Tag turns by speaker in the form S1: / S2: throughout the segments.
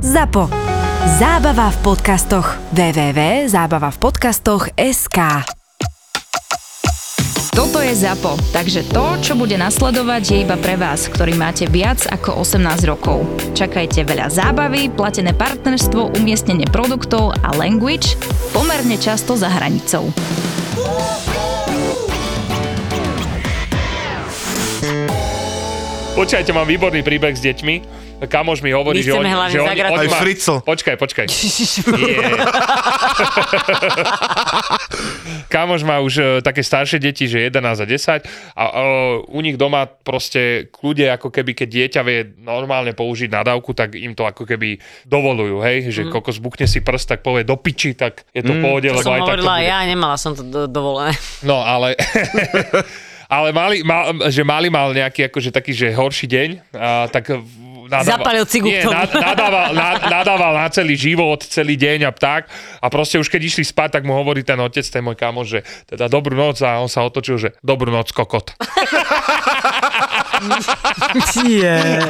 S1: ZAPO. Zábava v podcastoch. www.zábavavpodcastoch.sk
S2: Toto je ZAPO, takže to, čo bude nasledovať, je iba pre vás, ktorý máte viac ako 18 rokov. Čakajte veľa zábavy, platené partnerstvo, umiestnenie produktov a language pomerne často za hranicou.
S3: Počkajte, mám výborný príbeh s deťmi. Kamoš mi hovorí,
S4: My
S3: že
S4: chceme
S3: oni...
S4: hlavne
S3: že oni,
S4: zagratulovať.
S3: oni
S5: Aj
S3: ma-
S5: Frico.
S3: Počkaj, počkaj. Nie. Kamoš má už e, také staršie deti, že 11 a 10 a e, u nich doma proste k ľudia, ako keby keď dieťa vie normálne použiť nadávku, tak im to ako keby dovolujú, hej? Že mm. kokos bukne si prst, tak povie do piči, tak je to v pohode,
S4: Mhm. To
S3: lebo aj
S4: som
S3: tak to
S4: hovorila,
S3: bude.
S4: ja nemala som to do, dovolené.
S3: No, ale... ale mali, mal, že mali mal nejaký akože taký, že horší deň, a, tak v- nadával,
S4: Zapalil cigu
S3: nie,
S4: k tomu.
S3: na- nadával, na, nadával na celý život, celý deň a tak. A proste už keď išli spať, tak mu hovorí ten otec, ten môj kamo, že teda dobrú noc a on sa otočil, že dobrú noc, kokot.
S4: Nie.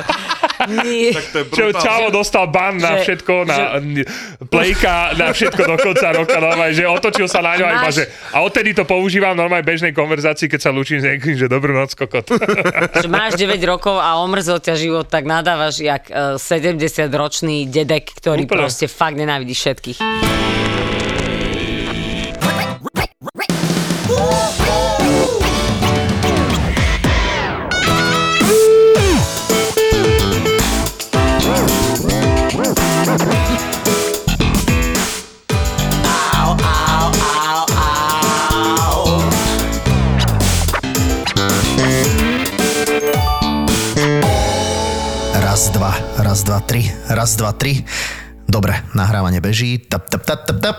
S4: Nie.
S5: Tak to je
S3: Čo,
S5: brutálne.
S3: čavo dostal ban na
S4: Že-
S3: všetko, na n- plejka, na všetko do konca roka, normálne, že otočil sa na ňo a iba, že
S4: Máš-
S3: a odtedy to používam normálne v bežnej konverzácii, keď sa lúčim s niekým, že dobrú noc, kokot.
S4: Že máš 9 rokov a omrzol ťa život, tak nadávaš jak eh, 70-ročný dedek, ktorý
S3: Úplne.
S4: proste fakt nenávidí všetkých.
S6: Raz, dva, raz, dva, tri, raz, dva, tri. Dobre, nahrávanie beží. Tap, tap, tap, tap, tap.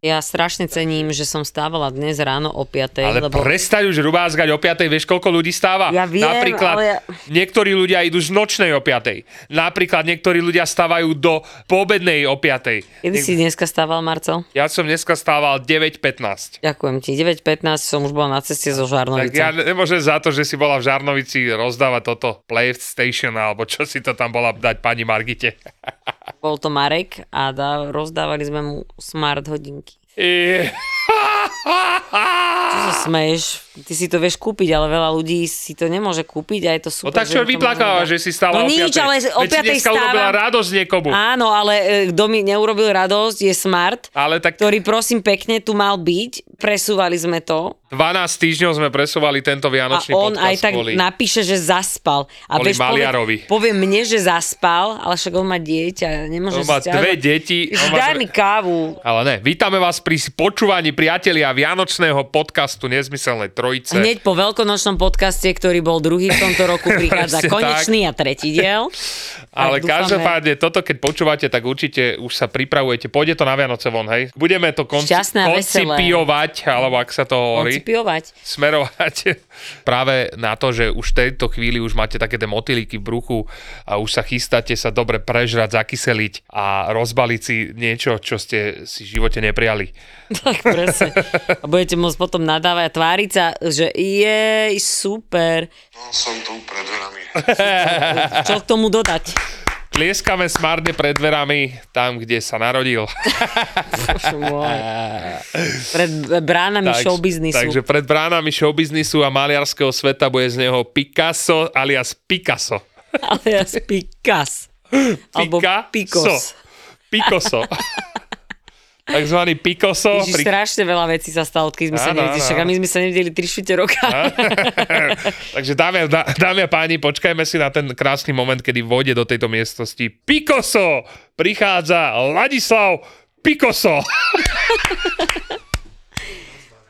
S4: Ja strašne cením, že som stávala dnes ráno o 5.
S3: Ale
S4: lebo...
S3: lebo... prestaň už rubázgať o 5. Vieš, koľko ľudí stáva?
S4: Ja viem,
S3: Napríklad
S4: ale ja-
S3: niektorí ľudia idú z nočnej o 5. Napríklad niektorí ľudia stávajú do poobednej o 5.
S4: Kedy si dneska stával, Marcel?
S3: Ja som dneska stával 9.15.
S4: Ďakujem ti. 9.15 som už bola na ceste
S3: Tak
S4: zo Žarnovice.
S3: ja ne- nemôžem za to, že si bola v Žarnovici rozdávať toto PlayStation alebo čo si to tam bola dať pani Margite.
S4: Bol to Marek a dá, rozdávali sme mu smart hodinky.
S3: I-
S4: Čo sa smeješ? Ty si to vieš kúpiť, ale veľa ľudí si to nemôže kúpiť a je to
S3: No
S4: super.
S3: tak čo
S4: im to
S3: vyplakáva,
S4: môžeme
S3: že si stála
S4: No
S3: o
S4: nič,
S3: 5.
S4: ale o
S3: Veď si
S4: 5.
S3: dneska urobila
S4: stávam.
S3: radosť niekomu.
S4: Áno, ale e, kto mi neurobil radosť je Smart,
S3: Ale tak
S4: ktorý prosím pekne tu mal byť, presúvali sme to
S3: 12 týždňov sme presúvali tento
S4: a
S3: vianočný
S4: on
S3: podcast
S4: aj tak
S3: kvôli...
S4: napíše, že zaspal. A
S3: Kvôli
S4: vieš, povie-
S3: Maliarovi.
S4: povie mne, že zaspal, ale však on má dieťa, nemôže
S3: On má
S4: si ťažať.
S3: dve deti. on
S4: Ježiš,
S3: má
S4: Daj
S3: dve-
S4: mi kávu.
S3: Ale ne, vítame vás pri počúvaní priatelia Vianočného podcastu Nezmyselnej trojice.
S4: Hneď po veľkonočnom podcaste, ktorý bol druhý v tomto roku, prichádza
S3: Presne tak.
S4: konečný a tretí diel.
S3: Ale
S4: tak dúfame.
S3: každopádne, toto keď počúvate, tak určite už sa pripravujete. Pôjde to na Vianoce von, hej? Budeme to konci-
S4: Šťastné a veselé.
S3: koncipiovať, alebo ak sa to hovorí,
S4: Koncipiovať.
S3: smerovať práve na to, že už v tejto chvíli už máte také tie motýliky v bruchu a už sa chystáte sa dobre prežrať, zakyseliť a rozbaliť si niečo, čo ste si v živote neprijali.
S4: Tak presne. A budete môcť potom nadávať a tváriť sa, že jej, super.
S7: No, som tu pred dverami.
S4: Čo k tomu dodať?
S3: Tlieskame smárne pred dverami, tam, kde sa narodil.
S4: Bože môj. Pred bránami
S3: Tak-
S4: showbiznisu.
S3: Takže pred bránami showbiznisu a maliarského sveta bude z neho Picasso alias Picasso.
S4: Ale ja spikas. Alebo pikos.
S3: Picosso. Takzvaný Picosso.
S4: Ježiš, strašne veľa vecí sa stalo, keď sme sa
S3: Áno,
S4: nevideli.
S3: áno,
S4: Však a my
S3: áno.
S4: sme sa nevideli 3 švite roka.
S3: Takže dámy, a- dá, dámy a páni, počkajme si na ten krásny moment, kedy vôjde do tejto miestnosti Picosso. Prichádza Ladislav Picosso.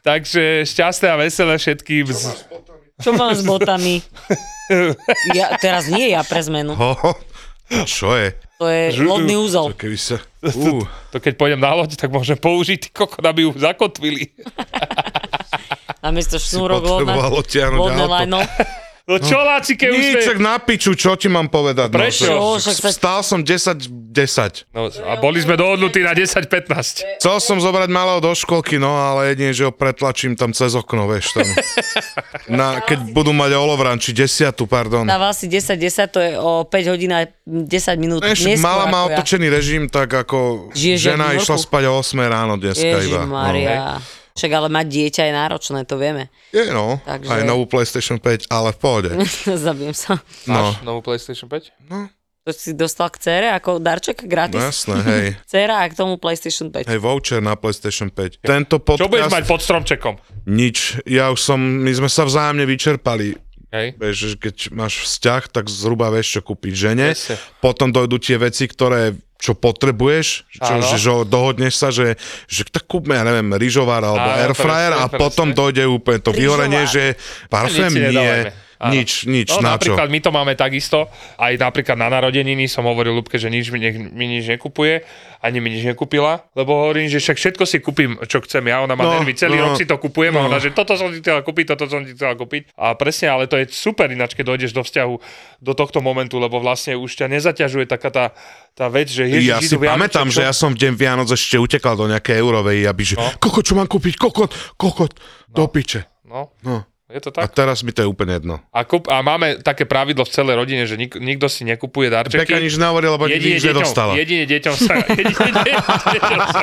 S3: Takže šťastné a veselé všetkým. Z...
S4: Čo mám s botami? Ja, teraz nie ja pre zmenu.
S5: Ho, ho. Čo je?
S4: To je
S3: Žu-
S4: lodný
S5: To
S4: úzol.
S5: keby sa... Ú,
S3: To keď pôjdem na loď, tak môžem použiť ty kokot, aby ju zakotvili.
S4: Namiesto šnúrok lodná,
S5: potreboval odtiahnuť
S4: lodné
S5: auto.
S4: lajno.
S3: No čo, Lácike, už sme...
S5: nič, tak na piču, čo ti mám povedať?
S3: Prečo?
S5: No,
S4: Čo, však
S5: však
S4: sa-
S5: Stál som 10-10.
S3: No, a boli sme dohodnutí na 10-15.
S5: Chcel som zobrať malého do školky, no ale jedine, že ho pretlačím tam cez okno, vieš. Tam. Na, keď budú mať olovran, či desiatu, pardon.
S4: Dáva si 10-10, to je o 5 hodín a 10 minút
S5: Vieš,
S4: neskôr
S5: No mala má
S4: ako ja.
S5: otočený režim, tak ako
S4: Žiješ jak
S5: žena
S4: v New
S5: išla
S4: Yorku.
S5: spať o 8 ráno dneska iba. No.
S4: Ježišmaria. Však ale mať dieťa je náročné, to vieme.
S5: Je no,
S4: Takže-
S5: aj novú PlayStation 5, ale v pohode.
S4: Zabijem sa.
S5: No,
S3: Máš novú PlayStation 5?
S4: To si dostal k cére ako darček
S5: no
S4: gratis?
S5: jasné, hej.
S4: Cera a k tomu PlayStation 5.
S5: Hej, voucher na PlayStation 5. Tento
S3: Čo budeš mať
S5: podcast,
S3: pod stromčekom?
S5: nič. Ja už som, my sme sa vzájomne vyčerpali.
S3: Hej.
S5: Vieš, že keď máš vzťah, tak zhruba vieš, čo kúpiť žene.
S3: Presne.
S5: Potom dojdú tie veci, ktoré čo potrebuješ, čo,
S3: Áno.
S5: že, že dohodneš sa, že, že tak kúpme, ja neviem, rýžovár alebo
S3: Áno,
S5: airfryer
S3: presne,
S5: a potom
S3: presne.
S5: dojde úplne to vyhorenie,
S4: Rýžovár.
S5: že parfém
S3: Nič si
S5: nie,
S3: nedávajme. Áno.
S5: nič, nič,
S3: No
S5: na čo.
S3: napríklad my to máme takisto, aj napríklad na narodeniny som hovoril Lubke, že nič mi, nech, mi nič nekupuje, ani mi nič nekúpila, lebo hovorím, že však všetko si kúpim, čo chcem ja, ona má
S5: No,
S3: no, nervy, celý no,
S5: no,
S3: rok si to kupujem
S5: no.
S3: no. a ona, že toto som si chcela kúpiť, toto som si chcela kúpiť a presne, ale to je super ináč, keď dojdeš do vzťahu do tohto momentu, lebo vlastne už ťa nezaťažuje taká tá, tá vec, že ježiš,
S5: ja si
S3: idú Vianoce,
S5: pamätám,
S3: čo-
S5: že ja som v deň Vianoc ešte utekal do nejakej eurovej, aby že, no. koko, čo mám kúpiť, kokot, kokot, do piče.
S3: No,
S5: No.
S3: je to
S5: A
S3: tak.
S5: teraz mi to je úplne jedno.
S3: A, kúp, a máme také pravidlo v celej rodine, že nik, nikto si nekupuje darčeky.
S5: Peka nič nehovoril, lebo
S3: Jedine
S5: nič
S3: deťom,
S5: nedostala.
S3: jedine deťom sa... Jedine deťom sa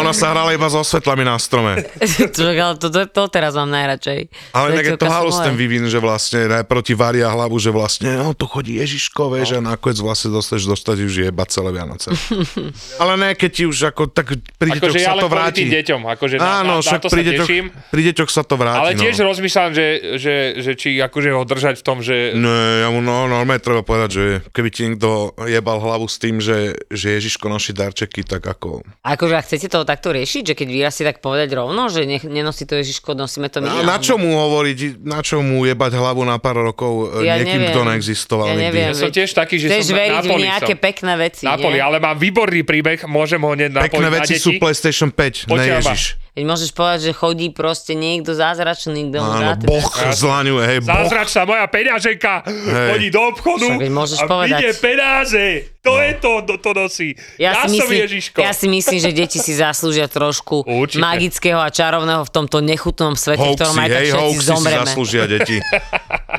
S5: Ona sa hrala iba so svetlami na strome.
S4: Čak, ale to, to, to teraz mám najradšej.
S5: Ale inak je to
S4: Vetelka
S5: halus
S4: som
S5: ten
S4: moja.
S5: vývin, že vlastne najprv ti varia hlavu, že vlastne no, tu chodí Ježiško, vieš, no. a nakoniec vlastne dostaneš dostať už jeba celé Vianoce. ale ne, keď ti už ako, tak pri deťoch
S3: Akože ja
S5: sa
S3: len
S5: to
S3: kvôli
S5: vráti.
S3: tým deťom, akože na,
S5: Áno,
S3: na, na
S5: však
S3: to sa
S5: pri, deťoch,
S3: teším.
S5: pri deťoch sa to vráti.
S3: Ale tiež
S5: no.
S3: rozmýšľam, že, že, že či akože ho držať v tom, že...
S4: Mm,
S5: Ne, ja mu no, normálne treba povedať, že keby ti niekto jebal hlavu s tým, že, že Ježiško noší darčeky, tak ako...
S4: Akože a chcete to takto riešiť, že keď vyrastie, tak povedať rovno, že nech, nenosí to Ježiško, nosíme to my.
S5: A na čo mu hovoriť, na čo mu jebať hlavu na pár rokov
S4: Ja
S5: ja niekým,
S4: neviem.
S5: kto neexistoval
S4: Ja
S5: nikdy?
S4: neviem.
S3: Ja som tiež taký, že
S4: Chceš
S3: som na-
S4: veriť
S3: na
S4: v
S3: poli
S4: nejaké
S3: som.
S4: pekné veci,
S3: Na poli,
S4: nie?
S3: ale mám výborný príbeh, môžem ho hneď napojiť
S5: Pekné
S3: na
S5: veci
S3: deti.
S5: sú PlayStation 5, ne
S3: Počúvaj ma.
S5: Ježiš.
S4: Veď môžeš povedať, že chodí proste niekto zázračný, kto mu dá
S5: No, Áno,
S4: ten-
S5: boh zlaňuje, hej, boh.
S3: Zázračná moja peňaženka chodí do obchodu
S4: Však veď môžeš
S3: a
S4: povedať.
S3: vidie peniaze. To
S5: No.
S3: je to, to, to nosí. Ja, som Ježiško.
S4: ja si myslím, že deti si zaslúžia trošku
S3: Určite.
S4: magického a čarovného v tomto nechutnom svete, v ktorom aj
S5: Hoaxy,
S4: tak
S5: hej,
S4: všetci
S5: hoaxy si
S4: zomreme.
S5: zaslúžia deti.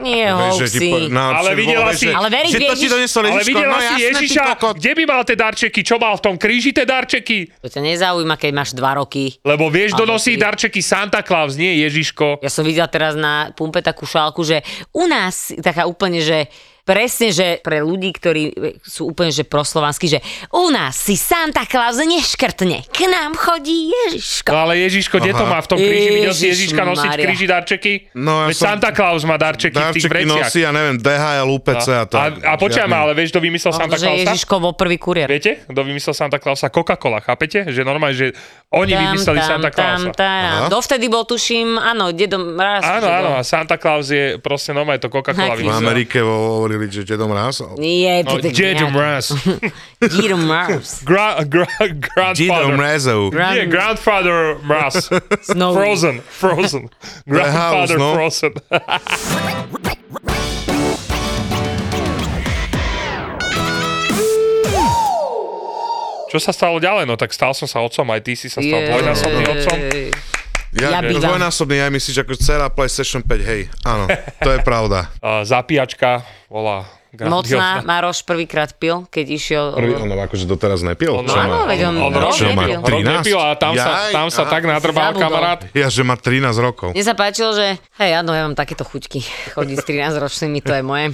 S4: Nie,
S5: Vieš, že ti po-
S4: hoaxy.
S5: na-
S3: Ale
S5: všetko,
S3: videla
S5: vieš,
S3: si-
S5: že-
S4: Ale veriť
S5: že
S4: v
S5: to ti
S4: Ježiš-
S5: donesol
S3: Ale
S5: Ježiško,
S3: videla
S5: no
S3: si
S5: jasné, ty
S3: Ježiša,
S5: kokot.
S3: kde by mal tie darčeky? Čo mal v tom kríži tie darčeky?
S4: To ťa nezaujíma, keď máš 2 roky.
S3: Lebo vieš,
S4: Áno,
S3: donosí
S4: ty-
S3: darčeky Santa Claus, nie Ježiško.
S4: Ja som videla teraz na pumpe takú šálku, že u nás taká úplne, že presne, že pre ľudí, ktorí sú úplne, že proslovanskí, že u nás si Santa Claus neškrtne, k nám chodí Ježiško.
S3: No ale Ježiško, kde to
S5: Aha.
S3: má v tom kríži? Videl si
S4: Ježiš
S3: Ježiška nosiť v
S4: Maria.
S3: kríži darčeky?
S5: No, ja
S3: Veď
S5: som-
S3: Santa Claus má darčeky, v tých
S5: Darčeky
S3: vreciach.
S5: nosí, ja neviem, DHL, UPC a to.
S3: a, a počkaj ma, ale vieš, kto vymyslel Santa
S4: Možno, No, že
S3: Clausa?
S4: Ježiško bol prvý kurier.
S3: Viete, kto vymyslel Santa Clausa? Coca-Cola, chápete? Že normálne, že oni vymysleli Santa Clausa.
S4: tam.
S5: Aha.
S4: Dovtedy bol, tuším, áno, dedom raz.
S3: Áno,
S4: že
S3: áno,
S4: bol.
S3: a Santa Claus je proste normálne to Coca-Cola
S4: Aký
S5: V
S3: vymyslela.
S5: Amerike vo- hovorili, že dedom raz. ale-
S4: Nie,
S3: No,
S4: to tak
S3: Dead
S4: nejak.
S3: Mraz.
S4: Dedom raz.
S3: Gra, gra, grandfather.
S5: Dedom razov.
S4: Grand-
S3: Nie, Grandfather Mraz.
S4: Snowy.
S3: Frozen, Frozen. Grandfather
S5: house, no?
S3: Frozen. Čo sa stalo ďalej? No tak stal som sa otcom, aj ty si sa stal
S4: Jej.
S3: dvojnásobným otcom.
S4: Ja
S5: Ja,
S4: bývam.
S5: dvojnásobný, ja myslíš, ako dcera PlayStation 5, hej, áno, to je pravda.
S3: Uh, zapíjačka bola
S4: Mocná
S3: grandiózna.
S4: Maroš prvýkrát pil, keď išiel...
S5: Prvý, on akože doteraz nepil?
S3: On-
S5: Čo
S3: áno,
S5: má?
S4: veď on
S3: No,
S4: rok
S5: čo má,
S4: nepil.
S3: Rok nepil a tam sa,
S5: 13?
S3: tam sa
S5: Jaj,
S3: tak nadrbal
S4: Zabudol.
S3: kamarát.
S5: Ja, že má 13 rokov.
S4: Mne sa páčilo, že hej, áno, ja mám takéto chuťky. Chodí s 13-ročnými, to je moje.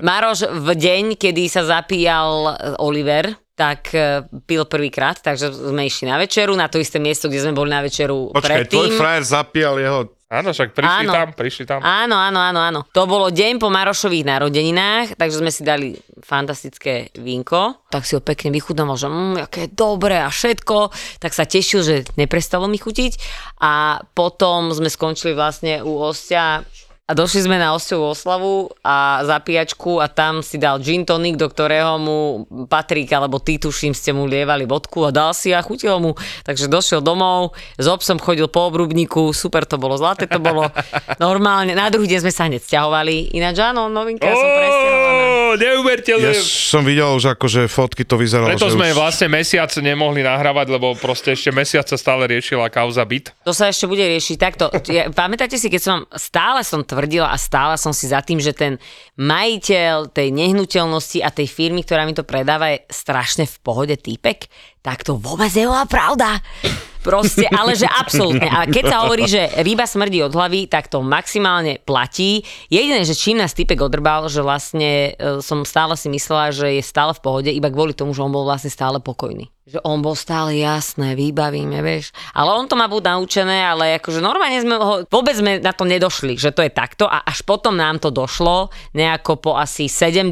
S4: Maroš v deň, kedy sa zapíjal eh, Oliver, tak eh, pil prvýkrát, takže sme išli na večeru, na to isté miesto, kde sme boli na večeru
S5: Počkaj, tvoj
S4: predtým.
S5: frajer zapíjal jeho...
S3: Áno, však prišli
S4: Áno.
S3: tam, prišli tam.
S4: Áno, áno, áno, áno. To bolo deň po Marošových narodeninách, takže sme si dali fantastické vínko. Tak si ho pekne vychutnával, že mmm, aké je dobré a všetko. Tak sa tešil, že neprestalo mi chutiť. A potom sme skončili vlastne u ostia A došli sme na osťovú oslavu a zapíjačku a tam si dal gin tonic, do ktorého mu Patrik alebo ty tuším ste mu lievali vodku a dal si a chutilo mu. Takže došiel domov, s obsom chodil po obrubníku, super to bolo, zlaté to bolo. Normálne, na druhý deň sme sa hneď stiahovali. Ináč áno, novinka, ja som presťahovaná.
S3: Ó, neuveriteľné.
S5: Ja som videl už akože fotky to vyzeralo,
S3: Preto
S5: že
S3: sme
S5: už...
S3: vlastne mesiac nemohli nahrávať, lebo proste ešte mesiac sa stále riešila kauza byt.
S4: To sa ešte bude riešiť takto. Ja, pamätáte si, keď som stále som tvrdila a stále som si za tým, že ten majiteľ tej nehnuteľnosti a tej firmy, ktorá mi to predáva, je strašne v pohode týpek? Tak to vôbec je pravda. Proste, ale že absolútne. A keď sa hovorí, že ryba smrdí od hlavy, tak to maximálne platí. Jediné, že čím nás typek odrbal, že vlastne e, som stále si myslela, že je stále v pohode, iba kvôli tomu, že on bol vlastne stále pokojný. Že on bol stále jasné, vybavíme, vieš. Ale on to má buď naučené, ale akože normálne sme ho, vôbec sme na to nedošli, že to je takto a až potom nám to došlo nejako po asi 70.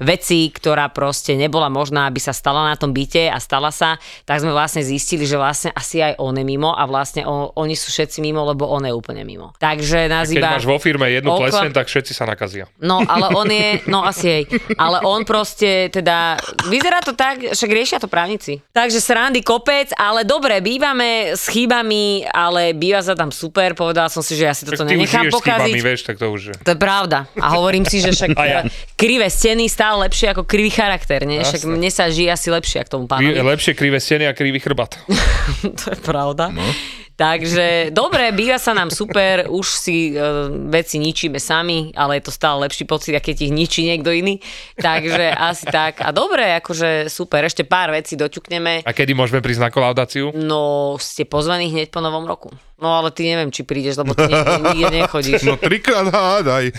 S4: veci, ktorá proste nebola možná, aby sa stala na tom byte a stala sa, tak sme vlastne zistili, že vlastne asi aj on je mimo a vlastne o, oni sú všetci mimo, lebo on je úplne mimo. Takže nás
S3: Keď
S4: iba...
S3: máš vo firme jednu
S4: Okla-
S3: pleseň, tak všetci sa nakazia.
S4: No, ale on je, no asi jej, ale on proste, teda, vyzerá to tak, však riešia to právnici. Takže srandy kopec, ale dobre, bývame s chybami, ale býva sa tam super, povedala som si, že ja si toto
S3: Tak ty už
S4: nenechám
S3: žiješ s chybami,
S4: pokaziť.
S3: vieš, tak to už... je.
S4: To je pravda. A hovorím si, že však eh,
S3: A ja.
S4: krivé steny stále lepšie ako krivý charakter, nie? Však
S3: Jasné.
S4: mne sa žije asi lepšie ako tomu pánovi.
S3: Kri- Lepšie krivé steny a krivý chrbát.
S4: to je pravda. No. Takže dobre, býva sa nám super, už si e, veci ničíme sami, ale je to stále lepší pocit, ako keď ich ničí niekto iný. Takže asi tak. A dobre, akože super, ešte pár vecí doťukneme.
S3: A kedy môžeme prísť na kolaudáciu?
S4: No, ste pozvaní hneď po novom roku. No ale ty neviem, či prídeš, lebo ty nikde, nikde nechodíš.
S5: No trikrát hádaj.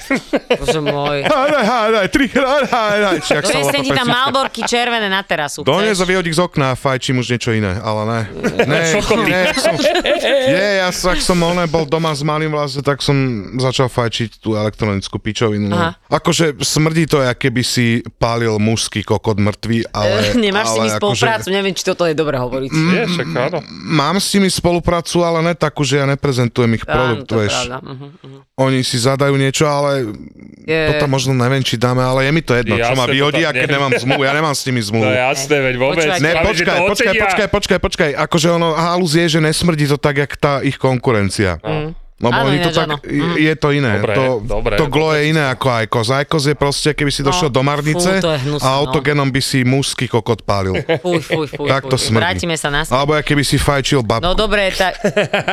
S4: Bože môj.
S5: Hádaj, hádaj, trikrát hádaj. Či ak sa volá
S4: Donesem
S5: tá
S4: ti tam
S5: pesnička?
S4: malborky červené na terasu.
S5: Dones
S4: chceš?
S5: a vyhodí z okna a fajčím už niečo iné, ale ne. Ne,
S3: Šokoty.
S5: ne, som, nie, ja sa, ak som oné bol doma s malým vlastne, tak som začal fajčiť tú elektronickú pičovinu. no.
S4: Aha.
S5: Akože smrdí to, ako keby si pálil mužský kokot mŕtvý,
S4: Eh,
S5: ale...
S4: Nemáš s nimi
S5: ale akože- Mm,
S4: spoluprácu, neviem, či toto je dobre hovoriť.
S3: Nie, však áno.
S5: mám s nimi spoluprácu, ale ne takú, že ja neprezentujem ich
S4: Áno,
S5: produkt,
S4: no to je
S5: vieš.
S4: pravda. Mhm, mhm.
S5: Oni si zadajú niečo, ale
S4: Je-
S5: potom možno neviem, či dáme, ale je mi to jedno, čo
S3: Jasne,
S5: ma
S3: to
S5: vyhodí,
S3: tak
S5: a keď
S3: neviem.
S5: nemám zmluvu, ja nemám s nimi
S3: No
S5: zmluvu.
S3: jasné, veď vôbec.
S4: Počúvajte.
S5: Ne,
S3: Práve, že
S5: počkaj,
S3: to
S5: počkaj,
S3: ocenia.
S5: počkaj, počkaj, počkaj. Akože ono, halus je, že nesmrdí to tak, jak tá ich konkurencia. Mm. Lebo
S4: Áno,
S5: oni to
S4: ináč áno. Mm.
S5: tak, i- je to iné.
S3: No. Dobre,
S5: to,
S3: dobre.
S5: to glo je iné ako ajkos. Ajkos je proste, keby si došiel do
S4: No.
S5: Marnice
S4: fú, to je hnusné,
S5: a
S4: no.
S5: autogenom by si mužský kokot pálil.
S4: Fuj, fuj, fuj.
S5: tak to
S4: fuj.
S5: smrdí. No.
S4: Vrátime sa na
S5: Alebo ja keby si fajčil babku.
S4: No dobre, tak...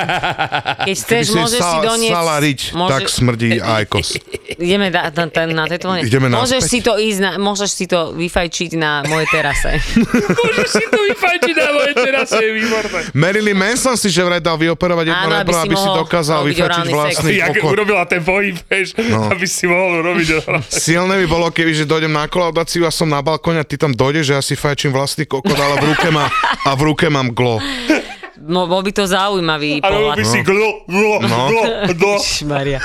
S4: Keď
S5: keby
S4: chceš, môžeš si
S5: sa-
S4: doniesť...
S5: salariť,
S4: môže-
S5: tak smrdí ajkos.
S4: Ideme na, na, na, na tejto vlne.
S5: Ideme
S4: môžeš
S5: naspäť.
S4: si to ísť na, môžeš si to vyfajčiť na mojej terase.
S3: Môžeš si to vyfajčiť na moje teraz, je výborné.
S5: Marilyn Manson si že vraj dal vyoperovať jedno
S4: Áno, aby
S5: rebro,
S4: si
S5: aby si
S4: mohol
S5: dokázal
S4: robiť
S5: vyfajčiť
S4: orálny sex.
S5: vlastný
S3: Jak
S5: kokot. No.
S3: urobila ten pohyb, vieš, aby si mohol robiť
S5: Silné by bolo, keby, že dojdem na kolaudáciu a som na balkóne a ty tam dojdeš, že ja si fajčím vlastný kokot, ale v ruke má, a v ruke mám glo.
S4: No, bol by to zaujímavý
S3: A robil
S4: pohľad.
S3: by si glo, glo,
S5: No.
S3: glo, glo.
S4: Maria.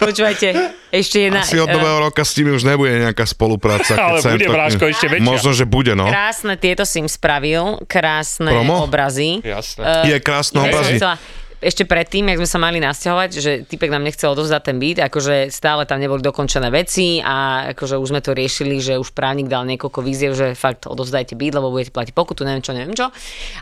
S4: Počúvajte, ešte jedna...
S5: Asi od
S4: eh,
S5: nového roka s nimi už nebude nejaká spolupráca. keď
S3: Ale
S5: sa im
S3: bude,
S5: to-
S3: Bráško, ešte väčšia.
S5: Možno, že bude, no.
S4: Krásne tieto si im spravil, krásne
S5: Promo?
S4: obrazy.
S3: Jasné.
S4: Eh.
S5: Je krásne
S4: Ja som
S5: obrazy.
S4: chcela- Ešte predtým, jak sme sa mali nasťahovať, že typek nám nechcel odovzdať ten byt, akože stále tam neboli dokončené veci a akože už sme to riešili, že už právnik dal niekoľko víziev, že fakt odovzdajte byt, lebo budete platiť pokutu, neviem čo, neviem čo.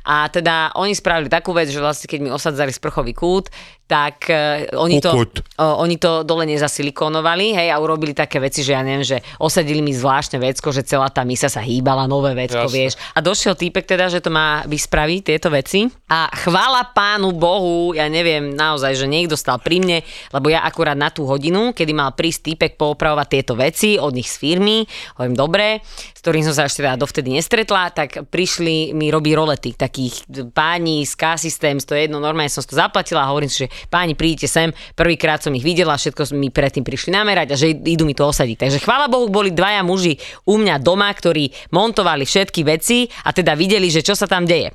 S4: A teda oni spravili takú vec, že vlastne keď mi osadzali sprchový kút, tak eh, oni to,
S5: Kukut.
S4: o, oni to dole nezasilikonovali hej, a urobili také veci, že ja neviem, že osadili mi zvláštne vecko, že celá tá misa sa hýbala, nové vecko,
S3: Jasné.
S4: vieš vieš. A došiel týpek teda, že to má vyspraviť tieto veci. A chvála pánu Bohu, ja neviem naozaj, že niekto stal pri mne, lebo ja akurát na tú hodinu, kedy mal prísť týpek poopravovať tieto veci od nich z firmy, hovorím dobre, s ktorým som sa ešte teda dovtedy nestretla, tak prišli mi robiť rolety takých páni z K-System, to je jedno, normálne som si to zaplatila a hovorím si, že páni prídite sem, prvýkrát som ich videla, všetko mi predtým prišli namerať a že idú mi to osadiť. Takže chvála Bohu, boli dvaja muži u mňa doma, ktorí montovali všetky veci a teda videli, že čo sa tam deje.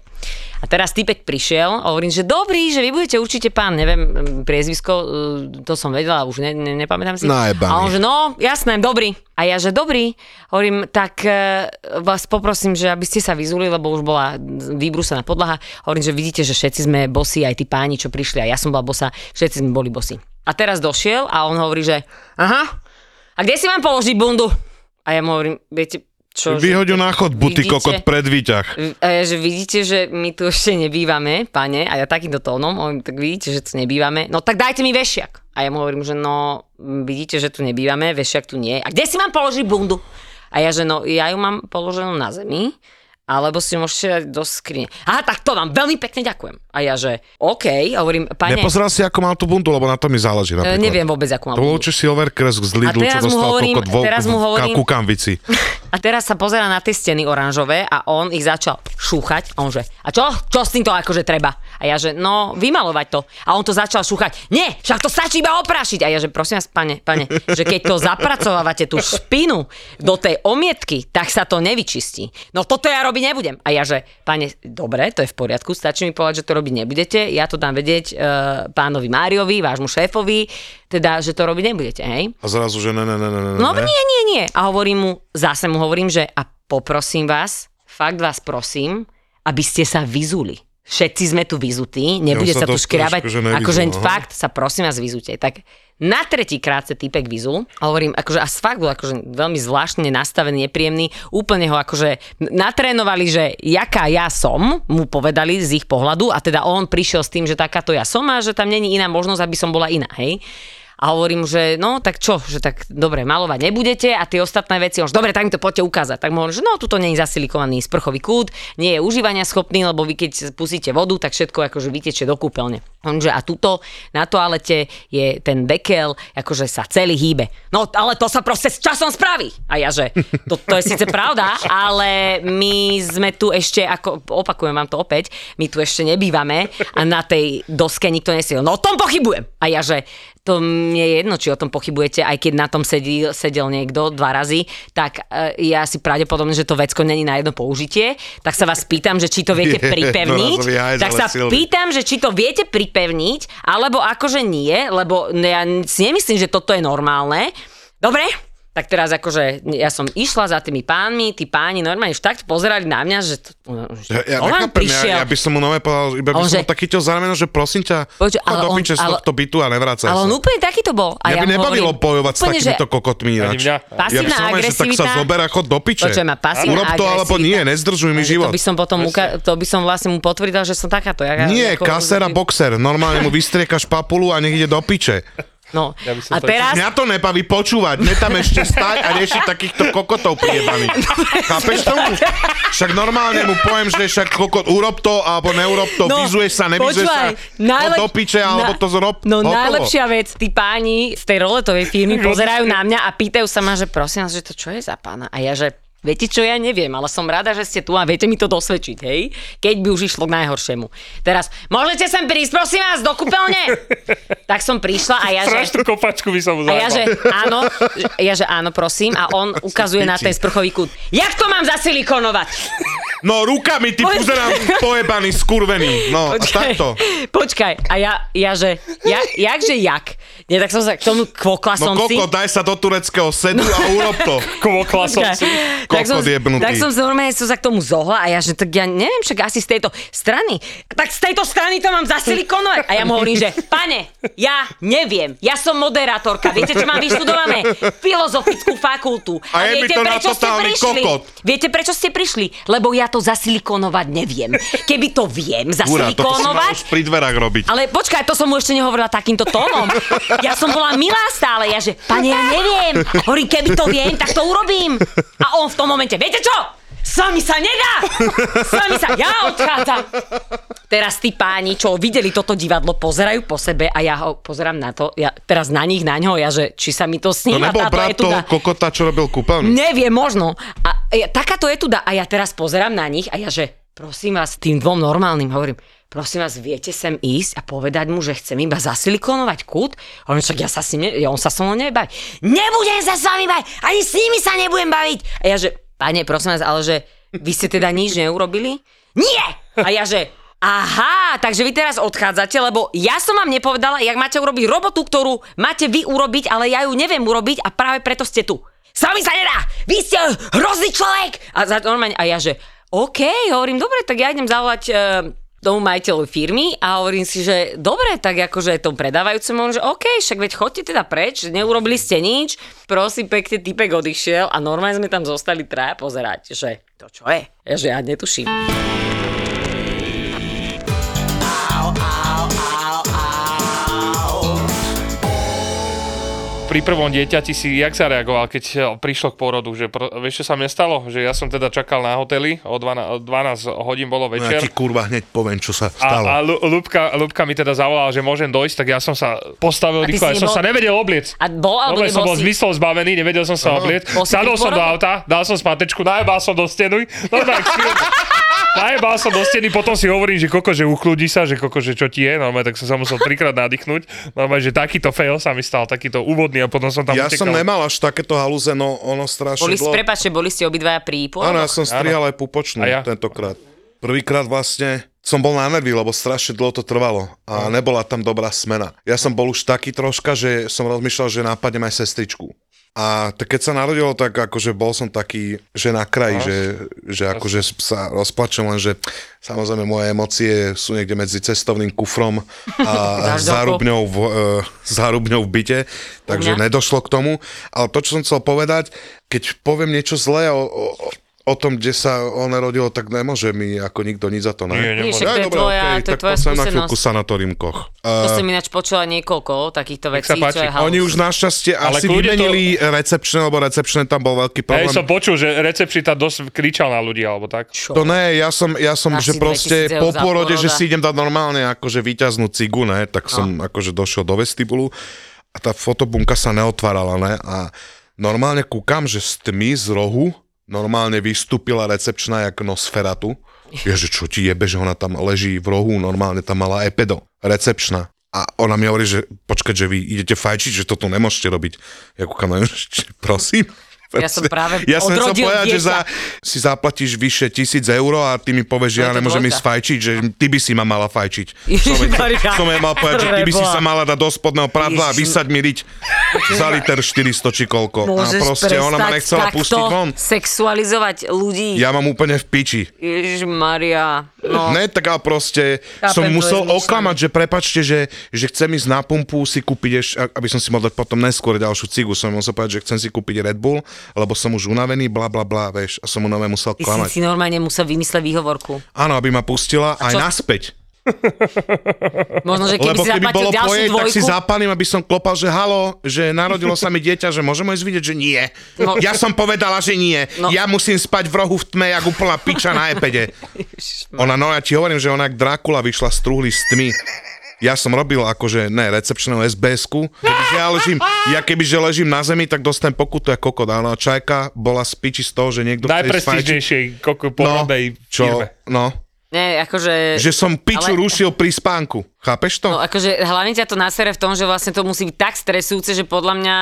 S4: A teraz typek prišiel a hovorím, že dobrý, že vy budete určite pán, neviem, m, priezvisko, e, to som vedela, už ne, ne, nepamätám si.
S5: Najebaný.
S4: A on, že no, jasné, dobrý. A ja, že dobrý. Hovorím, tak e, vás poprosím, že aby ste sa vyzuli, lebo už bola vybrúsená podlaha. Hovorím, že vidíte, že všetci sme bosí, aj tí páni, čo prišli, a ja som bola bosa, všetci sme boli bosí. A teraz došiel a on hovorí, že aha, a kde si mám položiť bundu? A ja mu hovorím, viete, čo? že-
S5: Vyhoď ju na chodbu, ty
S4: Vidíte?
S5: kokot pred výťah.
S4: A ja, že vidíte, že my tu ešte nebývame, pane, a ja takýmto tónom, on, tak vidíte, že tu nebývame, no tak dajte mi vešiak. A ja mu hovorím, že no, m, vidíte, že tu nebývame, vešiak tu nie je. A kde si mám položiť bundu? A ja, že no, ja ju mám položenú na zemi, alebo si ju môžete dať do skrine. Aha, tak to vám veľmi pekne ďakujem. A ja, že OK, hovorím, pane,
S5: Nepozeral si, ako mal tú bundu, lebo na to mi záleží
S4: e,
S5: napríklad.
S4: neviem vôbec, akú mám
S5: To bol
S4: bundu.
S5: určite Silver Kresk z Lidlu,
S4: A teraz
S5: čo
S4: mu
S5: dostal
S4: hovorím-
S5: kokot vo,
S4: teraz mu
S5: v-
S4: hovorím-
S5: ku kamvici.
S4: A teraz sa pozera na tie steny oranžové a on ich začal šúchať. A on že, a čo? Čo s týmto akože treba? A ja že, no, vymalovať to. A on to začal šúchať. Nie, však to stačí iba oprášiť. A ja že, prosím vás, pane, pane, že keď to zapracovávate tú špinu do tej omietky, tak sa to nevyčistí. No toto ja robiť nebudem. A ja že, pane, dobre, to je v poriadku, stačí mi povedať, že to robiť nebudete. Ja to dám vedieť e, pánovi Máriovi, vášmu šéfovi, teda, že to robiť nebudete, hej?
S5: A zrazu, že ne, ne, ne, ne, ne.
S4: No
S5: ne.
S4: nie, nie, nie. A hovorím mu, zase mu hovorím, že a poprosím vás, fakt vás prosím, aby ste sa vyzuli. Všetci sme tu vyzutí, nebude
S5: Ja
S4: sa,
S5: sa
S4: tu
S5: dosť
S4: škriabať.
S5: trošku, že nevyzul,
S4: Akože
S5: aha.
S4: fakt sa prosím vás vyzute. Tak na tretíkrát sa týpek vyzul a hovorím, akože a fakt bol akože veľmi zvláštne nastavený, nepríjemný. Úplne ho akože natrénovali, že jaká ja som, mu povedali z ich pohľadu a teda on prišiel s tým, že takáto ja som a že tam není iná možnosť, aby som bola iná, hej. A hovorím, že no tak čo, že tak dobre, malovať nebudete a tie ostatné veci, on že dobre, tak mi to poďte ukázať. Tak mu hovorím, že no tuto nie je zasilikovaný sprchový kút, nie je užívania schopný, lebo vy keď pustíte vodu, tak všetko akože vyteče do kúpeľne. On že a tuto na toalete je ten dekel, akože sa celý hýbe. No ale to sa proste s časom spraví. A ja že, to, to je síce pravda, ale my sme tu ešte, ako opakujem vám to opäť, my tu ešte nebývame a na tej doske nikto nesiel. No o tom pochybujem. A ja že, to mne je jedno, či o tom pochybujete, aj keď na tom sedí, sedel niekto dva razy, tak e, je asi pravdepodobné, že to vecko není na jedno použitie, tak sa vás pýtam, že či to viete
S5: Je,
S4: pripevniť,
S5: dorazový hajzel,
S4: tak sa
S5: Silvi.
S4: pýtam, že či to viete pripevniť, alebo akože nie, lebo ne- ja si nemyslím, že toto je normálne. Dobre, tak teraz akože ja som išla za tými pánmi, tí páni normálne už takto pozerali na mňa, že to, no,
S5: Ja, ja,
S4: on vám
S5: nechápem, ja, ja, by som mu nové povedal, iba
S4: On
S5: by som
S4: že-
S5: mu taký ťa zároveň, že prosím ťa,
S4: Počuj,
S5: chod
S4: ale
S5: do
S4: on-
S5: piče z
S4: ale-
S5: tohto bytu a nevracaj
S4: Ale
S5: sa.
S4: on úplne taký to bol. A
S5: Mňa
S4: ja
S5: by
S4: mu
S5: nebavilo
S4: hovorím,
S5: bojovať s
S4: úplne, že-
S5: takýmito kokotmi ináč.
S3: mňa.
S5: Ja by
S4: Pasívna
S5: som len, že tak sa
S4: agresivita-
S5: zober a chod do piče.
S4: Počujem ma, pasívna
S5: Urob to alebo nie,
S4: agresivita.
S5: nezdržuj mi
S4: Takže
S5: život.
S4: To by som potom uka- to by som vlastne mu potvrdila, že som takáto. Ja,
S5: Nie,
S4: ako-
S5: kasera boxer, normálne mu vystriekaš papulu a nech ide do piče.
S4: No.
S3: Ja by som
S4: a
S3: to-
S4: teraz...
S5: Mňa to nebaví počúvať, ne tam ešte stať a riešiť takýchto kokotov prijebaných. Chápeš tomu? Však normálne mu poviem, že však kokot, urob to, alebo neurob to,
S4: No,
S5: vyzuješ sa, nevyzuješ sa,
S4: počúvaj,
S5: najlep... do piče, alebo to zrob.
S4: No
S5: hotovo.
S4: najlepšia vec, tí páni z tej roletovej firmy pozerajú na mňa a pýtajú sa ma, že prosím vás, že to čo je za pána? A ja, že Viete čo, ja neviem, ale som rada, že ste tu a viete mi to dosvedčiť, hej? Keď by už išlo k najhoršiemu. Teraz, môžete sem prísť, prosím vás, do kúpeľne? tak som prišla a ja, že...
S3: Strašnú kopačku by som mu
S4: A ja, že
S3: zajebal.
S4: áno, že- ja, že áno, prosím. A on ukazuje na ten sprchový kút. Jak to mám zasilikonovať?
S5: No rukami, ty
S4: Počkaj.
S5: puzerám pojebaný, skurvený. No, a takto.
S4: Počkaj. A ja, ja že, ja, jakže jak? Nie, tak som sa k tomu kvokla
S5: No
S4: som si.
S5: koko, daj sa do tureckého sedu a urob to.
S3: Kvokla som
S4: Počkaj.
S3: si.
S4: tak som,
S5: Kokot jebnutý.
S4: tak som sa normálne som sa k tomu zohla a ja, že tak ja neviem, však asi z tejto strany. Tak z tejto strany to mám zasilikonovať. A ja mu hovorím, že pane, ja neviem, ja som moderátorka, viete, čo mám vyštudované? Filozofickú fakultu.
S5: A je mi
S4: viete,
S5: to na
S4: prečo ste
S5: totálny
S4: prišli?
S5: kokot.
S4: Viete, prečo ste prišli? Lebo ja to zasilikonovať neviem. Keby to viem
S5: Ura, to si mal
S4: zasilikonovať,
S5: už pri dverách robiť.
S4: ale počkaj, to som mu ešte nehovorila takýmto tónom. Ja som bola milá stále, ja že, pane, ja neviem. Hovorím, keby to viem, tak to urobím. A on v tom momente, viete čo? S vami sa nedá! S vami sa, ja odchádzam! Teraz tí páni, čo videli toto divadlo, pozerajú po sebe a ja ho pozerám na to, ja teraz na nich, na ňo, ja že, či sa mi to
S5: To
S4: sníva,
S5: nebol
S4: táto
S5: No brat toho
S4: etuda.
S5: kokota, čo robil kúpeľný.
S4: Neviem, možno. A ja, takáto je tu a ja teraz pozerám na nich a ja že, prosím vás, tým dvom normálnym hovorím, prosím vás, viete sem ísť a povedať mu, že chcem iba zasilikonovať kút? A on však ja sa s ním, ne, ja, on sa so mnou nebude baviť. Nebudem sa s vami baviť, ani s nimi sa nebudem baviť. A ja že, pane, prosím vás, ale že vy ste teda nič neurobili? Nie! A ja že, Aha, takže vy teraz odchádzate, lebo ja som vám nepovedala, jak máte urobiť robotu, ktorú máte vy urobiť, ale ja ju neviem urobiť a práve preto ste tu. S vami sa nedá! Vy ste hrozný človek! A, za, normálne, a ja že, OK, hovorím, dobre, tak ja idem zavolať e, tomu majiteľu firmy a hovorím si, že dobre, tak akože tomu predávajúcemu, on, že OK, však veď chodte teda preč, neurobili ste nič, prosím pekne, typek odišiel a normálne sme tam zostali traja pozerať, že to čo je? Ja, že ja netuším.
S3: Pri prvom dieťati si, jak sa reagoval, keď eh, prišlo k porodu? Že, pro- vieš, čo sa mne stalo? Že ja som teda čakal na hoteli, o 12, o 12 hodín bolo
S5: No ja
S3: večer.
S5: ti kurva hneď poviem, čo sa stalo.
S3: A, a Lu- Lubka, Lubka mi teda zavolala, že môžem dojsť, tak ja som sa postavil
S4: A ty
S3: rýchlo,
S4: si
S3: ja som
S4: nebol-
S3: sa nevedel obliec.
S4: A bol alebo
S3: Dobre, som
S4: nebol
S3: bol
S4: si?
S3: zmyslov zbavený, nevedel som sa obliec.
S4: Bol si
S3: Sadol
S4: pri
S3: som do
S4: porode?
S3: auta, dal som spatečku, najebal som do steny. No tak, chvíľku. Najebal som do steny, potom si hovorím, že koko, že uchľudí sa, že koko, že čo ti je, normálne, tak som sa musel trikrát nadýchnuť. Normálne, že takýto fail sa mi stal, takýto úvodný a potom som tam
S5: Ja
S3: utekal.
S5: som nemal až takéto halúze, no ono strašne
S4: Boli,
S5: bolo...
S4: prepáčte, boli ste obidvaja pri
S5: Áno,
S4: pôrodoch?
S5: ja som strihal aj pupočnú
S3: A ja?
S5: tentokrát. Prvýkrát vlastne som bol na nervy, lebo strašne dlho to trvalo
S3: No.
S5: a nebola tam dobrá smena. Ja som bol už taký troška, že som rozmýšľal, že nápadnem aj sestričku. A tak keď sa narodilo, tak akože bol som taký, že
S3: No.
S5: na kraji, že, že akože sa rozplačem, lenže samozrejme moje emócie sú niekde medzi cestovným kufrom a
S4: Zážďalkou.
S5: zárubňou v, e, zárubňou v byte, takže
S4: mňa?
S5: nedošlo k tomu. Ale to, čo som chcel povedať, keď poviem niečo zlé o, o, o tom, kde sa ono rodilo, tak nemôže mi ako nikto nič za to,
S3: Nie,
S5: ne?
S4: Nie,
S3: nemôžem.
S4: však to je
S5: dobre,
S4: tvoja,
S5: okej,
S4: to je
S5: tak
S4: tvoja
S5: poslem na
S4: skúsenosť.
S5: chvíľku sanatórium Koch.
S4: To
S5: Uh,
S4: som ináč počula niekoľko takýchto
S3: sa
S4: vecí,
S3: páči.
S4: čo je halus.
S5: oni už našťastie
S3: Ale
S5: asi
S3: kľudne to-
S5: vymenili recepčné, lebo recepčné tam bol veľký
S3: Ja
S5: problém.
S3: som počul, že recepčita dosť kričal na ľudí, alebo tak.
S4: Čo?
S5: To ne, ja som, ja som
S4: Dáš
S5: že
S4: si
S5: proste
S4: 2000 eur
S5: po
S4: za
S5: porode, že
S4: pôroda. No.
S5: si idem dať normálne akože výťaznú cigu, ne, tak som akože došiel do vestibulu a tá fotobunka sa neotvárala, ne, a normálne kúkam, že z tmy z rohu normálne vystúpila recepčná jak Nosferatu. Ježe, čo ti jebe, že ona tam leží v rohu, normálne tam mala epedo, recepčná. A ona mi hovorí, že počkať, že vy idete fajčiť, že toto nemôžete robiť. Ja kúkam na ňu, že prosím.
S4: Ja som práve
S5: Ja som chcel
S4: odrodil
S5: povedať, že
S4: dieťa.
S5: za, si zaplatíš vyše tisíc eur a ty mi povieš, že
S4: No je
S5: ja
S4: to
S5: nemôžem
S4: dvojka.
S5: ísť fajčiť, že ty by si ma mala fajčiť.
S4: Ježišmarja.
S5: Som jej mal povedať, že ty by si sa mala dať do spodného prádla a
S4: Ježiš.
S5: vysať mi riť za liter 400 či koľko. A
S4: Môžeš
S5: No, proste ona ma
S4: prestať
S5: nechcela
S4: takto
S5: pustiť von.
S4: sexualizovať ľudí.
S5: Ja mám úplne v piči.
S4: Ježiš Maria. No.
S5: Ne, tak ale proste
S4: Chápem,
S5: som
S4: to je
S5: musel
S4: zmyšľané.
S5: oklamať, že prepačte, že, že chcem ísť na pumpu si kúpiť, eš, aby som si mal dať potom neskôr ďalšiu cigu. Som musel povedať, že chcem si kúpiť Red Bull, lebo som už unavený, bla bla bla, vieš. A som mu nové musel
S4: Ty si
S5: klamať.
S4: si normálne musel vymysleť výhovorku.
S5: Áno, aby ma pustila aj
S4: čo-
S5: naspäť.
S4: Možno, že keby
S5: Lebo
S4: si
S5: keby
S4: zaplatil
S5: bolo
S4: ďalšiu
S5: poje, tak
S4: dvojku,
S5: si zapalím, aby som klopal, že halo, že narodilo sa mi dieťa, že môžem ho ísť vidieť, že nie.
S4: No.
S5: Ja som povedala, že nie.
S4: No.
S5: Ja musím spať v rohu v tme, jak úplná piča na epede. Ona, no ja ti hovorím, že ona jak Drákula vyšla z truhly z tmy. Ja som robil akože, ne, recepčnú SBS-ku. Kebyže ja ležím, ja kebyže ležím na zemi, tak dostanem pokutu ako kokot. A ona čajka bola z piči z toho, že niekto chce ísť fajčiť. No,
S3: Najprestížnejšej koko porodnej
S5: čo,
S3: firme.
S5: no,
S4: ne, akože...
S5: že som piču
S4: Ale-
S5: rušil pri spánku. Chápeš to?
S4: No akože hlavne ťa to nasere v tom, že vlastne to musí byť tak stresujúce, že podľa mňa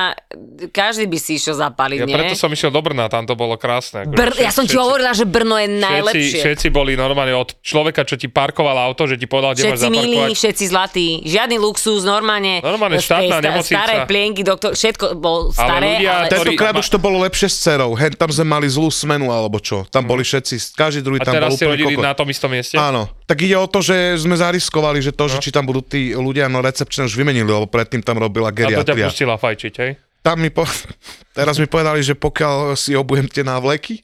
S4: každý by si išiel
S3: Ja
S4: zapaliť, nie?
S3: preto som išiel do Brna, tam to bolo krásne. akože
S4: Br- ja som ti
S3: všetci-
S4: hovorila, že Brno je
S3: Všetci,
S4: najlepšie.
S3: všetci boli normálne od človeka, čo ti parkoval auto, že ti povedal, kde máš
S4: Všetci milí,
S3: zaparkovať.
S4: všetci zlatí, žiadny luxus, normálne.
S3: Normálne štátna
S4: sta-
S3: nemocnica.
S4: Staré plienky, doktor, všetko bol staré,
S3: ľudia
S4: ale,
S3: to-
S5: Tentokrát
S3: Ktorý-
S5: už to bolo lepšie s cerou. Hen tam sme mali zlú smenu alebo čo. Tam boli všetci, každý
S3: Mhm. A
S5: druhý tam bol
S3: teraz ste
S5: úplne
S3: rodili
S5: kokot.
S3: na tom istom mieste?
S5: Áno. Tak ide o to, že sme zariskovali, že
S3: No.
S5: to, že či tam budú tí ľudia, no recepčne už vymenili, lebo predtým tam robila
S3: A to ťa
S5: geriatria.
S3: pustila fajčiť, hej?
S5: Tam mi po... Teraz mi povedali, že pokiaľ si obujem tie návleky,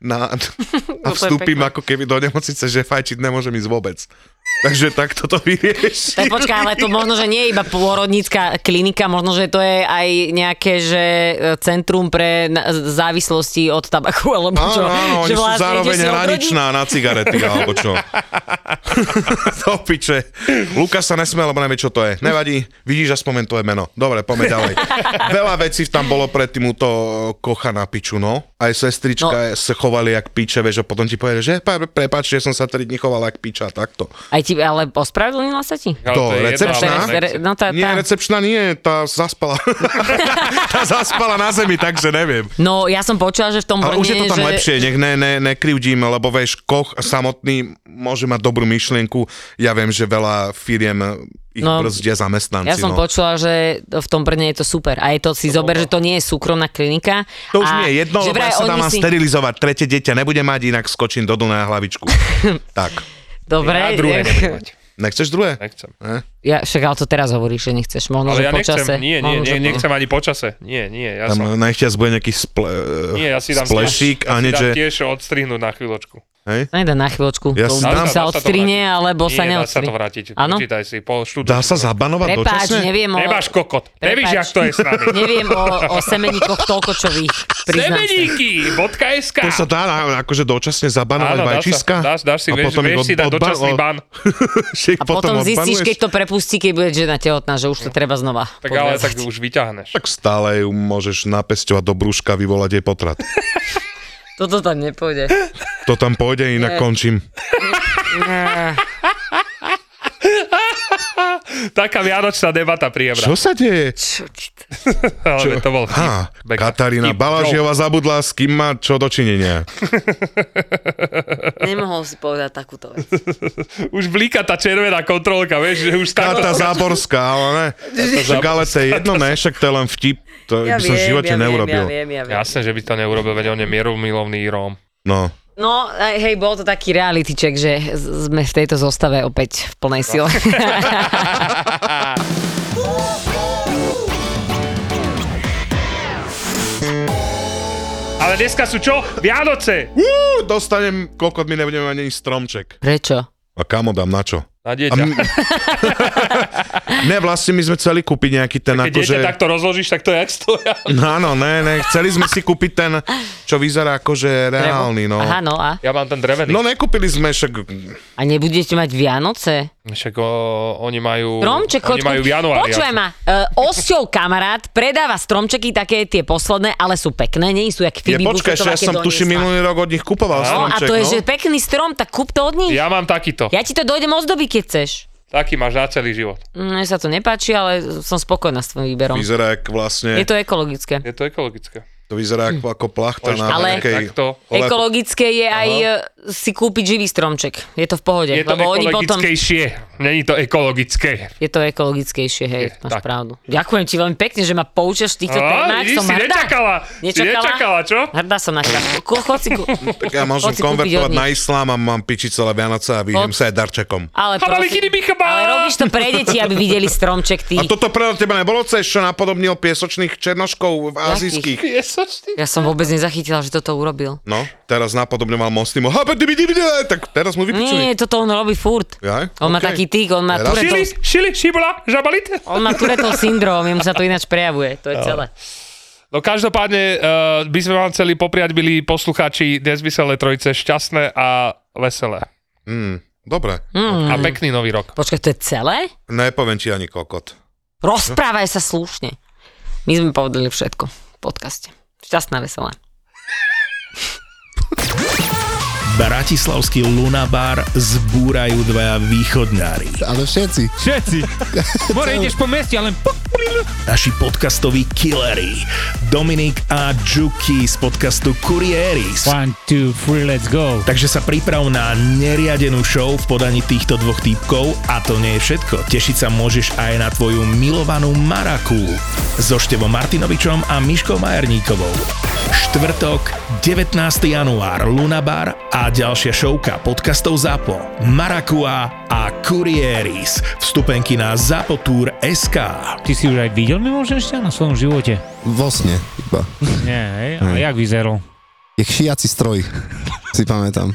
S5: na, a
S4: To je
S5: vstúpim
S4: pekné.
S5: ako keby do nemocnice, že fajčiť nemôžem ísť vôbec. Takže tak toto vyrieši.
S4: Tak počkaj, ale to možno, že nie je iba pôrodnícka klinika, možno, že to je aj nejaké, že e, centrum pre na- závislosti od tabaku, alebo čo.
S5: Áno, áno,
S4: že vlastne
S5: oni sú zároveň hraničná na cigarety, alebo čo. to piče. Lukas sa nesmie, lebo nevie, čo to je. Nevadí, vidíš, aspoň to je meno. Dobre, poďme ďalej. Veľa vecí tam bolo pred tým to e, kocha na piču, no. Aj sestrička no. sa chovali jak piče, vieš, a potom ti povedali, že pre- prepáč, že som sa 3 dní chovala jak piča, takto.
S4: Aj ti, ale ospravedlnila sa ti?
S3: Ale
S5: To
S3: je jedno,
S5: recepčná?
S3: ale nechcem.
S4: No tá,
S5: Nie,
S4: tá.
S5: recepčná nie, tá zaspala. tá zaspala na zemi, takže neviem.
S4: No ja som počula, že v tom
S5: Ale
S4: Brne,
S5: už je to tam
S4: že...
S5: lepšie, nech ne, ne, nekrivdím, lebo vieš, koch samotný môže mať dobrú myšlienku. Ja viem, že veľa firiem ich
S4: No,
S5: no, brzdia zamestnanci.
S4: Ja som
S5: no.
S4: počula, že v tom Brne je to super. A je to si zober, že to nie je súkromná klinika.
S5: to už
S4: a,
S5: mi je jedno,
S4: že
S5: lebo
S4: vraj
S5: ja sa
S4: oni
S5: tam mám
S4: si-
S5: sterilizovať. Tretie dieťa nebudem mať, inak skočím do Dunaja hlavičku. tak.
S4: Dobre,
S3: ja druhé
S4: nech-
S3: nebudem mať.
S5: Nechceš druhé?
S3: Nechcem.
S5: Ne?
S4: Ja, však ale to teraz hovoríš, že nechceš. Možno,
S3: Ale
S4: že
S3: ja nechcem,
S4: počase.
S3: nie, nie,
S4: Možno,
S3: nie,
S4: že-
S3: nechcem ani počase. Nie, nie, ja
S5: Tam
S3: som...
S5: nechťaz bude nejaký sple,
S3: Nie, ja si dám tiež,
S5: splešík
S3: ja
S5: a
S3: si
S5: nie,
S3: dám
S5: že...
S3: tiež odstrihnúť na chvíľočku.
S5: Hej?
S4: Nejde No na chvíľočku.
S5: Ja
S4: to
S5: sa-
S4: buď
S3: Dá
S4: sa
S3: dá
S4: odstrine,
S3: vrátiť.
S4: alebo sa
S3: Nie, dá sa
S4: neodstrine.
S3: to vrátiť.
S4: Áno?
S3: Počítaj si, poštuduj.
S5: Dá sa zabanovať
S4: Prepáč,
S5: dočasne?
S4: neviem o...
S3: Nemáš kokot. Nevíš,
S4: Prepáč.
S3: jak to je s nami.
S4: Neviem o, o semeníkoch toľkočových, priznám sa.
S3: Semeníky.sk
S5: To sa dá na- akože dočasne zabanovať
S3: Áno, dá sa.
S5: vajčiska?
S3: Dáš- dáš si, vieš- vieš si dať dočasný ban.
S5: a
S4: A potom, zistíš,
S5: odbanuješ?
S4: keď to prepustí, keď bude žena tehotná, že už to treba znova.
S3: Tak ale tak
S4: podviazať.
S3: už vyťahneš.
S5: Tak stále ju môžeš napesťovať do brúška, vyvolať jej potrat.
S4: Toto tam nepôjde.
S5: To tam pôjde, inak končím.
S4: Á,
S3: Taká vianočná debata príjemná.
S5: Čo sa deje?
S4: čo ti to-
S3: Ale to bol vtip.
S5: Ha,
S3: Beka.
S5: Katarína
S3: Vtip.
S5: Balažiova zabudla, s kým má čo dočinenia.
S4: Nemohol si povedať takúto vec.
S3: Už blíka tá červená kontrolka, vieš, že už takto...
S5: Kata Záborská, ale ne. Však ale to je jedno, ne, však to je len vtip. To by som v živote neurobil.
S4: Ja viem, ja viem.
S3: Jasné, že by to neurobil, veď on je mierumilovný Róm.
S5: No,
S4: No, aj- hej, bol to taký reality check, že z- sme v tejto zostave opäť v plnej sile.
S3: Ale dneska sú čo? Vianoce!
S5: Uú, No, dostanem, koľko my nebudeme mať ani stromček.
S4: Prečo?
S5: A kamo dám, na čo?
S3: Na
S5: A
S3: dieťa.
S5: m- ne, vlastne my sme chceli kúpiť nejaký ten
S3: Keď dieťa
S5: akože... No,
S3: takto rozložíš, tak to je jak stoja.
S5: Áno, ne, ne, chceli sme si kúpiť ten, čo vyzerá akože reálny, no.
S4: Aha, no a?
S3: Ja mám ten drevený.
S5: No nekúpili sme však...
S4: A nebudete mať Vianoce?
S3: Však o, oni majú...
S4: Stromček,
S3: oni
S4: kočko-
S3: majú v januári.
S4: Počúvaj
S3: asi.
S4: ma, uh, osťov kamarát predáva stromčeky také tie posledné, ale sú pekné, nie sú jak
S5: Je,
S4: Phoebe
S5: počkaj, ešte
S4: Bucetová,
S5: ja
S4: keď
S5: som tuším
S4: doniesla.
S5: minulý rok od nich kupoval
S3: No,
S4: No a
S5: stromček,
S4: to je,
S5: no.
S4: že pekný strom, tak kúp to od nich.
S3: Ja
S4: Ja,
S3: mám takýto.
S4: ja ti to dojdem ozdobiť, keď chceš. Mm,
S3: Taký máš na celý život.
S4: Mne sa to nepáči, ale som spokojná s tvojim výberom.
S5: Vyzerá jak vlastne...
S4: Je to ekologické.
S3: Je to ekologické.
S5: To vyzerá ako, ako plachta
S3: Môžeš
S5: na
S3: to
S4: Ale-
S3: mať
S5: nejakej...
S3: takto.
S5: Ole-
S4: Ekologické je aj e, si kúpiť živý stromček. Je to v pohode,
S3: Je to
S4: lebo oni potom...
S3: ekologickejšie. Není to ekologické.
S4: Je to ekologickejšie,
S3: Je,
S4: hej, máš
S3: tak.
S4: pravdu. Ďakujem ti veľmi pekne, že ma poučaš v týchto témach.
S3: vidíš,
S4: Som
S3: si
S4: hrdá.
S3: nečakala. Si
S4: Nečakala?
S3: nečakala, čo?
S4: Hrdá som na teba. Ko- Chod si ku...
S5: Tak ja môžem
S4: Chod si kúpiť od
S5: konvertovať
S4: nich.
S5: na islám a mám piči celé Vianoce a
S4: Chod.
S5: vyjem sa aj darčekom.
S4: Ale,
S3: Habalikini bichaba!
S4: ale robíš to pre deti, aby videli stromček ty.
S5: A toto pre teba nebolo cez, čo napodobnil piesočných černoškov v azijských?
S3: Jesočný.
S4: Ja som vôbec nezachytila, že toto urobil.
S5: No, teraz napodobňoval Mostimo. Tak teraz mu vypičili.
S4: Nie, toto on robí furt.
S5: Ja?
S4: On má
S5: Okej.
S4: taký tík, on má
S5: Teraz?
S3: Šili,
S4: Turetov,
S3: šili, šibola, žabalit.
S4: on má Turetov syndrom, jemu sa to ináč prejavuje, to je celé.
S3: No každopádne uh, by sme vám chceli popriať, milí poslucháči Nezmyselné trojice, šťastné a veselé.
S5: Mm, dobre.
S4: Hm.
S3: A pekný nový rok.
S4: Počkaj, to je celé?
S5: Nepoviem ti ani kokot.
S4: Rozprávaj sa slušne. My sme povedali všetko v podcaste. Šťastná, veselá.
S8: Bratislavský Lunabar zbúrajú dvaja východňári.
S9: Ale všetci.
S8: Všetci. More, ideš po meste, ale... Naši podcastoví killery. Dominik a Juki z podcastu Kurieris.
S10: One, two, three, let's go.
S8: Takže sa priprav na neriadenú show v podaní týchto dvoch týpkov a to nie je všetko. Tešiť sa môžeš aj na tvoju milovanú Maraku so Števom Martinovičom a Miškou Majerníkovou. Štvrtok, 19. január, Lunabar a ďalšia showka podcastov ZAPO, Marakua a Kurieris. Vstupenky na zapotur.sk
S10: Ty si už aj videl mimoženšťa na svojom živote?
S9: Vo sne iba.
S10: Nie, hej? A jak vyzeral?
S9: Je šiaci stroj. Si pamätám.